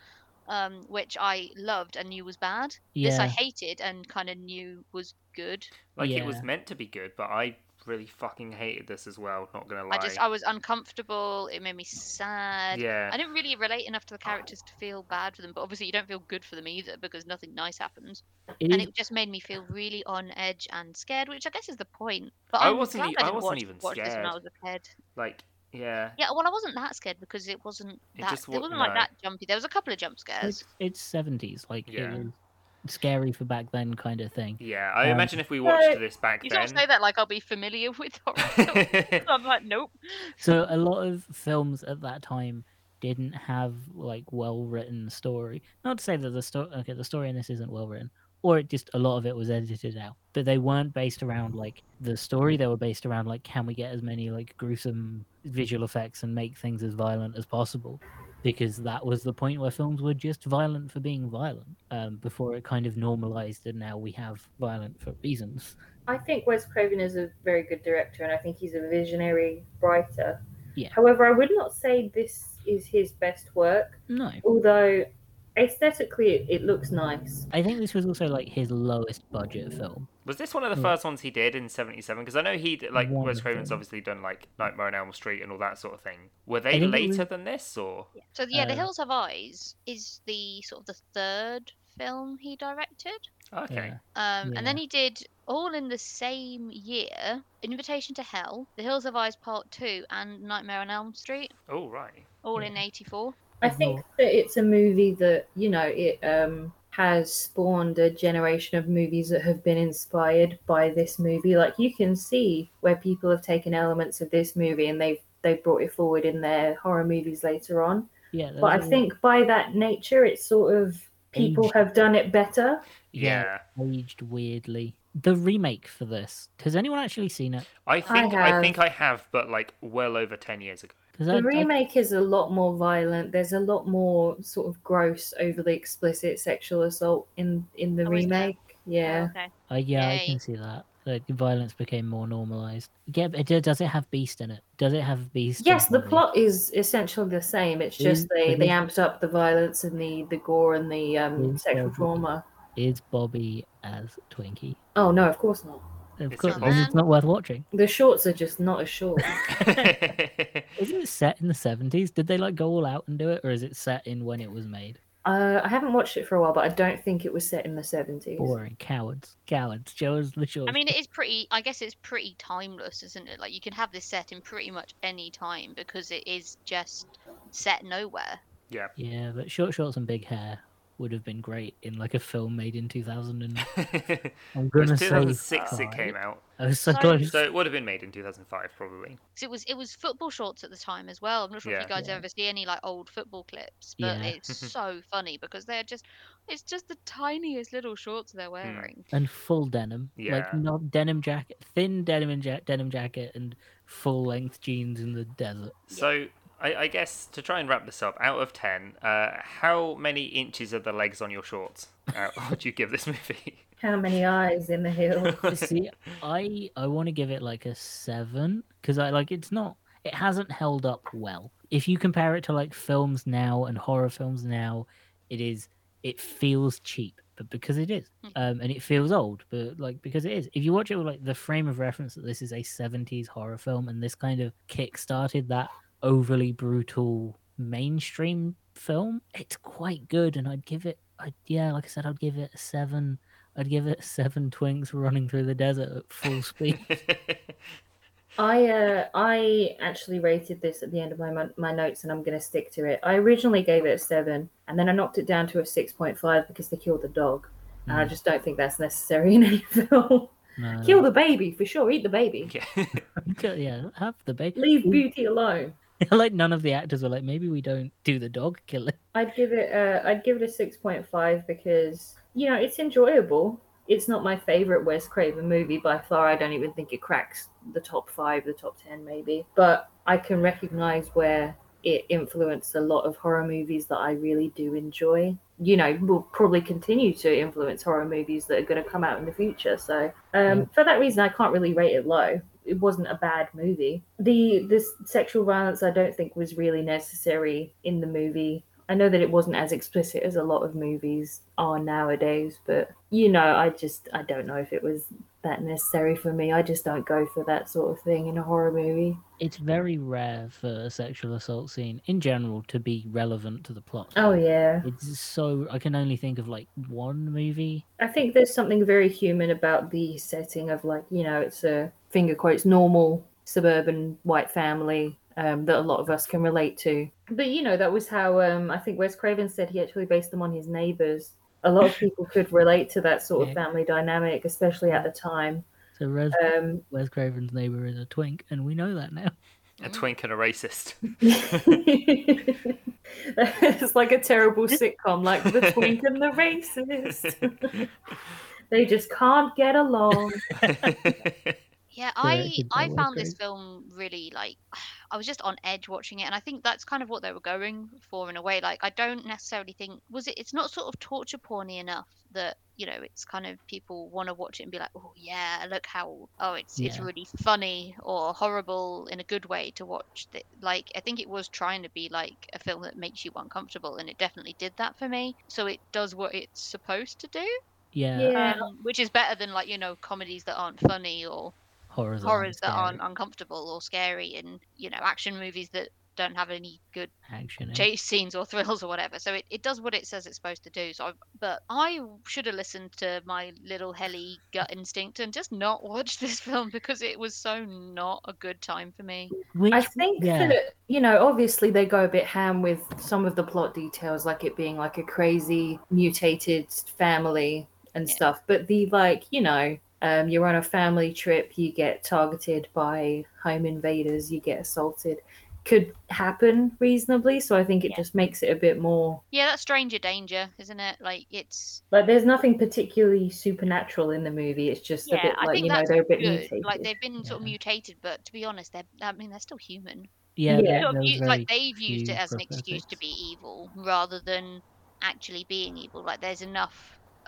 um, which I loved and knew was bad.
Yeah,
This I hated and kind of knew was good.
like
yeah.
it was meant to be good, but I really fucking hated this as well. Not gonna lie.
I just I was uncomfortable. It made me sad.
yeah,
I didn't really relate enough to the characters to feel bad for them, but obviously you don't feel good for them either because nothing nice happens.
It
And
is-
it just made me feel really on edge and scared, which I guess is the point. But
I
I'm
wasn't
glad
e-
I
I
didn't
wasn't
watch,
even
watch this when I
scared.
was a kid.
like yeah.
Yeah, well, I wasn't that scared because it wasn't
It
that. It,
just wa-
wasn't
no.
like that jumpy. There was a couple of jump
it's
scares.
it's seventies, like
Yeah.
it was scary for back then kind of thing.
Yeah, I
Um,
imagine if we watched
so-
this back
You sort
then.
of say that like I'll be familiar *laughs* with horror films.
*laughs*
I'm like, nope.
So a lot of films at that time didn't have like well written story. Not to say that the story okay, the story in this isn't well written. Or it just a lot of it was edited out. But they weren't based around
Mm.
like the story, they were based around like can we get as many like gruesome visual effects and make things as violent as possible. Because that was the point where films were just violent for being violent, um, before it kind of normalized and now we have violent for reasons.
I think Wes Craven is a very good director, and I think he's a visionary writer.
Yeah.
However, I would not say this is his best work,
No.
although aesthetically it, it looks nice.
I think this was also like his lowest budget film.
*laughs* was this one of the
Yeah.
first ones he did in '77? Because I know he would like
One
Wes
of
Craven's
them.
obviously done like Nightmare on Elm Street and all that sort of thing. Were
I
they
think it
later
was-
than this or?
So yeah, The
Uh,
Hills Have Eyes is the sort of the third film he directed.
Okay,
Yeah.
Um, And then
Yeah.
he did all in the same year: Invitation to Hell, The Hills Have Eyes Part Two, and Nightmare on Elm Street,
all Oh, right.
all
Yeah.
in '84.
I
Mhm.
think that it's a movie that, you know, it um, has spawned a generation of movies that have been inspired by this movie. Like you can see where people have taken elements of this movie and they've they've brought it forward in their horror movies later on.
Yeah, those
but I
are all
think by that nature, it's sort of people
Aged.
have done it better.
Yeah.
yeah.
aged weirdly. The remake for this. Has anyone actually seen it?
I think I,
have.
think I have, but like well over ten years ago. *laughs*
Because
The remake is a lot more violent. There's a lot more sort of gross, overly explicit sexual assault in in the
Oh, is there?
remake. Yeah,
Okay.
I, yeah, I
Yay.
can see that. Like violence became more normalized. Yeah, but it, does it have Beast in it? Does it have Beast? in
yes, the
movie?
plot is essentially the same. It's just
Mm,
they
mhm.
they amped up the violence and the the gore and the um,
Mm,
sexual
yeah.
trauma.
is Bobby as Twinkie.
Oh no, of course not.
Of
It's
course,
not
because
that.
it's not worth watching.
The shorts are just not
*laughs*
as short.
Isn't it set in the seventies? Did they like go all out and do it, or is it set in when it was made?
uh, I haven't watched it for a while, but I don't think it was set in the seventies.
Boring cowards, cowards. Show us the short.
I mean, it is pretty. I guess it's pretty timeless, isn't it? Like you can have this set in pretty much any time because it is just set nowhere.
yeah,
yeah, but short shorts and big hair would have been great in like a film made in 2000. And
*laughs* it
I'm
was
gonna say
2006 it
five.
came out,
I was so
Sorry.
close.
so it would have been made in 2005 probably.
'Cause it was it was football shorts at the time as well. I'm not sure if
Yeah.
you guys
Yeah.
ever see any like old football clips, but
Yeah.
it's so funny because they're just it's just the tiniest little shorts they're wearing.
and full denim,
Yeah.
like not denim jacket, thin denim and ja- denim jacket, and full length jeans in
*laughs*
the desert.
So I, I guess to try and wrap this up, out of ten, uh, how many inches are the legs on your shorts? Uh, *laughs* what would you give this movie?
How many eyes in the hill?
See, I I want to give it like a seven because I like it's not it hasn't held up well. If you compare it to like films now and horror films now, it is it feels cheap, but because it is,
Hmm.
Mm.
um, and it feels old, but like because it is. If you watch it with like the frame of reference that this is a '70s horror film, and this kind of kick started that overly brutal mainstream film, it's quite good, and I'd give it. I'd, yeah, like I said, I'd give it a seven. I'd give it *laughs* seven twinks running through the desert at
*laughs*
full speed.
I uh, I actually rated this at the end of my mon- my notes, and I'm going to stick to it. I originally gave it a seven, and then I knocked it down to a six point five because they killed the dog, and I
Mm. Uh.
just don't think that's necessary in any *laughs* film.
*laughs* No.
Kill the baby for sure. Eat the baby.
*laughs* yeah.
Kill- uh, yeah, have the baby.
Leave Beauty alone.
*laughs* like none of the actors were like, maybe we don't do the dog killer.
I'd give it uh, I'd give it a six point five because you know it's enjoyable. It's not my favorite Wes Craven movie by far. I don't even think it cracks the top five, the top ten maybe. But I can recognize where it influenced a lot of horror movies that I really do enjoy. You know, will probably continue to influence horror movies that are going to come out in the future. So um,
Yeah.
for that reason, I can't really rate it low it wasn't a bad movie. The this sexual violence I don't think was really necessary in the movie. I know that it wasn't as explicit as a lot of movies are nowadays, but you know, I just I don't know if it was that necessary for me. I just don't go for that sort of thing in a horror movie.
It's very rare for a sexual assault scene in general to be relevant to the plot.
Oh yeah.
It's so I can only think of like one movie.
I think there's something very human about the setting of like, you know, it's a finger quotes normal suburban white family um, that a lot of us can relate to. But you know, that was how um, I think Wes Craven said he actually based them on his neighbors. A lot of people could relate to that sort of *laughs*
Yeah.
family dynamic, especially at the time.
So Wes,
Um,
Wes Craven's neighbor is a twink, and we know that now. *laughs*
A twink and a
*laughs*
racist. *laughs*
it's like
*laughs*
a terrible sitcom, like The Twink and the Racist. They just can't
*laughs*
get along.
Yeah, I
Directed by
I
Wes
found this
Craven.
film really like *sighs* I was just on edge watching it, and I think that's kind of what they were going for in a way. Like I don't necessarily think was it. It's not sort of torture porny enough that you know it's kind of people want to watch it and be like, oh yeah, look how oh it's it's
Yeah.
really funny or horrible in a good way to watch. Th- Like I think it was trying to be like a film that makes you uncomfortable, and it definitely did that for me. So it does what it's supposed to do,
Yeah,
Yeah.
um, which is better than like you know comedies that aren't funny or
horrors, aren't
horrors that
scary.
aren't uncomfortable or scary and you know action movies that don't have any good
action. eh?
chase scenes or *laughs* thrills or whatever so it, it does what it says it's supposed to do so I, but i should have listened to my little helly gut instinct and just not *laughs* watched this film because it was so not a good time for me
Which,
I think
yeah.
that you know, obviously they go a bit ham with some of the plot details, like it being like a crazy mutated family and
Yeah.
stuff. But the like, you know, um, you're on a family trip, you get targeted by home invaders, you get assaulted, could happen reasonably. So I think it
Yeah.
just makes it a bit more
yeah that's stranger danger isn't it like it's
like there's nothing particularly supernatural in the movie. It's just a
yeah
bit
i
like
think
you know
that's
they're a bit
good
mutated.
like they've been sort of
Yeah.
mutated but to be honest they're i mean they're still human
yeah,
Yeah.
there-
sort of
there was
u-
very
like they've used it
few
as an excuse to
prosthetics.
be evil rather than actually being evil. Like there's enough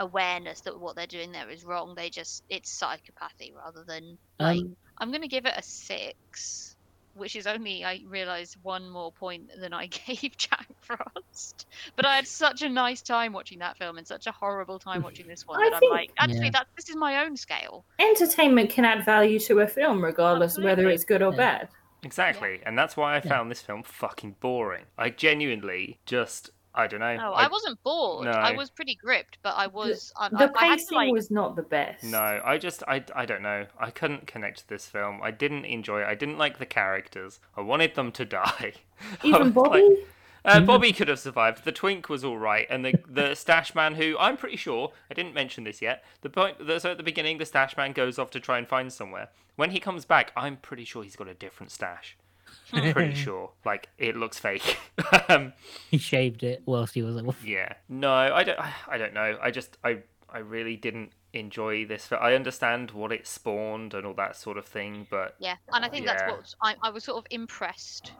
awareness that what they're doing there is wrong. They just it's psychopathy rather than like
Um,
I'm gonna give it a six, which is only I realised one more point than I *laughs* gave Jack Frost. But I had such a nice time watching that film and such a horrible
*laughs*
time watching this one
I
that
think-
I'm like, actually
Yeah.
that this is my own scale.
Entertainment can add value to a film regardless of whether
Absolutely.
it's good or
Yeah.
bad.
Exactly, and that's why I
Yeah.
found this film fucking boring. I genuinely just I don't know.
No, Oh, I, wasn't bored. I
No.
was pretty gripped, but I was I, I,
The
I had to
pacing
like
was not the best.
No, *laughs* I just I I don't know. I couldn't connect to this film. I didn't enjoy it. I didn't like the characters. I wanted them to *laughs* die. I was
Even
like-
Bobby?
Uh,
Hmm.
Bobby could have survived. The twink was all right, and the *laughs* the stash man, who I'm pretty sure I didn't mention this yet. The point the, so at the beginning, the stash man goes off to try and find somewhere. When he comes back, I'm pretty sure he's got a different stash. I'm pretty sure, like it looks fake. *laughs* um,
*laughs* He shaved it whilst he was like,
yeah. No, I don't. I- I don't know. I just I I really didn't enjoy this. fi- I understand what it spawned and all that sort of thing, but
Yeah, and I think
Yeah.
that's what I, I was sort of impressed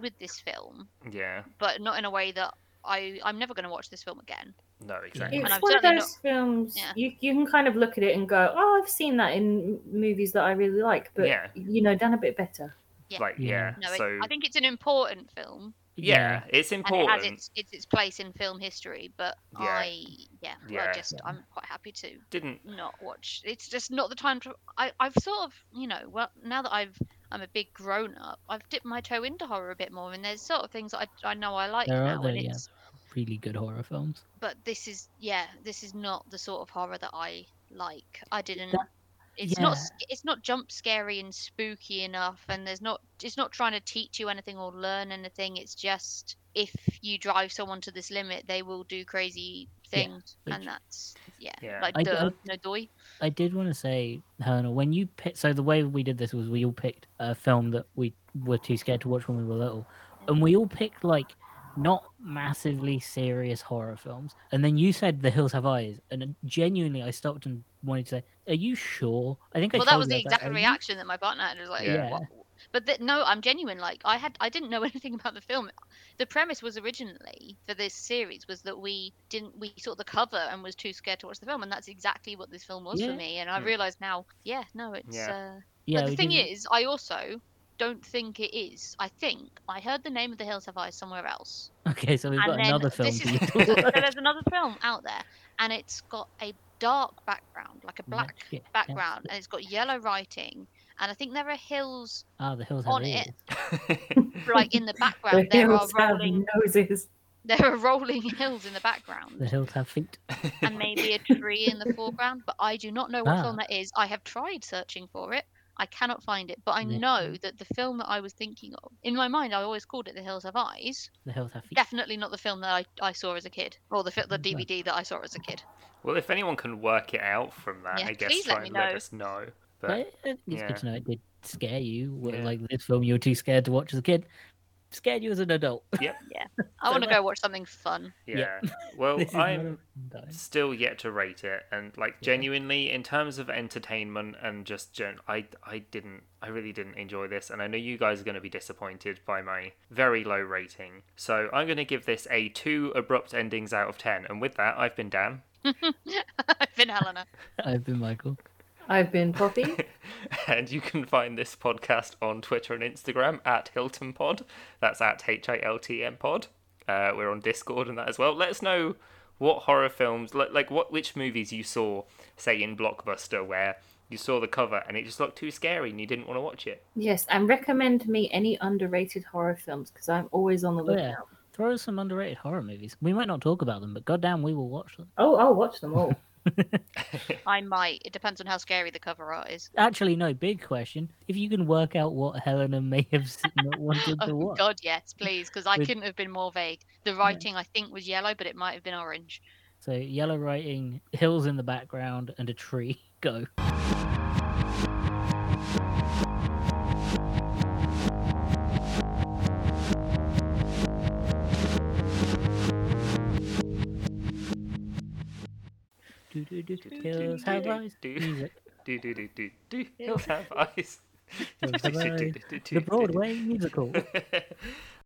with this film,
yeah,
but not in a way that I I'm never going to watch this film again.
no, exactly.
It's
And I've
one of
certainly
those films
Yeah.
you, you can kind of look at it and go, oh, I've seen that in m- movies that I really like, but
Yeah.
you know, done a bit better.
Yeah.
Like yeah,
Yeah.
No, it,
so
I think it's an important film,
yeah, it's important.
and it has its, its its place in film history. But
Yeah.
I yeah,
Yeah.
I just I'm quite happy to
Didn't
not watch. It's just not the time to. I I've sort of you know well now that I've I'm a big grown up. I've dipped my toe into horror a bit more, and there's sort of things that I, I know I like
There are
now,
there,
and
yeah.
it's
really good horror films.
but this is yeah this is not the sort of horror that i like i didn't
That-
it's not
yeah.
sc- it's not jump scary and spooky enough and there's not it's not trying to teach you anything or learn anything it's just if you drive someone to this limit they will do crazy
Yeah,
things
which-
and that's yeah,
Yeah.
like
I d- I-
duh, no doy
I did want to say, Helena, when you pick, so the way we did this was we all picked a film that we were too scared to watch when we were little, and we all picked like not massively serious horror films. And then you said The Hills Have Eyes, and uh, genuinely, I stopped and wanted to say, "Are you sure?" I think I
well that
told
was
you, I was
the
like,
exact
"Are you
reaction that my partner had it was like
Yeah.
"What?" but th- no i'm genuine like i had i didn't know *laughs* anything about the film the premise was originally for this series was that we didn't we saw the cover and was too scared to watch the film and that's exactly what this film was
Yeah.
for me and i
Mm.
realized now yeah no it's
Yeah.
uh
Yeah,
but
we
the thing
didn't-
is i also don't think it is i think i heard the name of the hills have eyes somewhere else
Okay, so we've
and
got
then
another film.
this
for you
is,
to
so
*laughs* watch.
there's another film out there and it's got a dark background like a *laughs* black
Yeah, yeah.
background and it's got yellow writing and i think there are hills
Ah, The Hills Have
on
Eyes.
it.
*laughs*
like in the background
The
there are
hills have
rolling
noses.
there are rolling *laughs* hills in the
The
background
Hills Have Feet.
and maybe a tree in
*laughs*
the foreground but i do not know what film
Ah.
that is i have tried searching for it i cannot find it but i
Yeah.
know that the film that i was thinking of in my mind i always called it the hills have eyes
The Hills Have Feet.
definitely not the film that i, I saw as a kid or the, fi- the
Mhm.
dvd that i saw as a kid
Well, if anyone can work it out from that,
Yeah,
I guess
please let
try
me
and let
know.
us know.
But
But
it- it's
yeah.
good to know it did scare you. wh-
Yeah.
Like this film, you were too scared to watch as a kid. Scared you as an adult.
i
So
want to
much.
go watch something fun *laughs*
yeah,
Yeah. *laughs*
well,
This is not
I'm
a fun time.
still yet to rate it, and like
Yeah.
genuinely, in terms of entertainment and just gen, I I didn't, I really didn't enjoy this, and I know you guys are going to be disappointed by my very low rating. So I'm going to give this a two abrupt endings out of ten, and with that, I've been Dan,
i've
*laughs*
been helena
I've been Michael.
I've
*laughs*
been Poppy.
and you can find this podcast on Twitter and Instagram at Hilton Pod. That's at H I L T M Pod. Uh, we're on Discord and that as well. Let us know what horror films, like, like what which movies you saw, say in Blockbuster, where you saw the cover and it just looked too scary and you didn't want to watch it.
yes, and recommend me any underrated horror films because I'm always on the
Oh, yeah.
lookout.
Throw us some underrated horror movies. We might not talk about them, but goddamn, we will watch them.
Oh, I'll watch them all.
i might it depends on how scary the cover art is
Actually, no. Big question: If you can work out what Helena may have s- not wanted
*laughs*
to
*laughs* Oh
watch,
God, yes, please, because I
With-
couldn't have been more vague. The writing, I think, was yellow, but it might have been orange.
so yellow writing, *laughs* hills in the background, and a tree. *laughs* Go. Hills have eyes. Music.
Do do do do do. *laughs* Hills have eyes. *laughs*
Hills have eyes. The Broadway musical.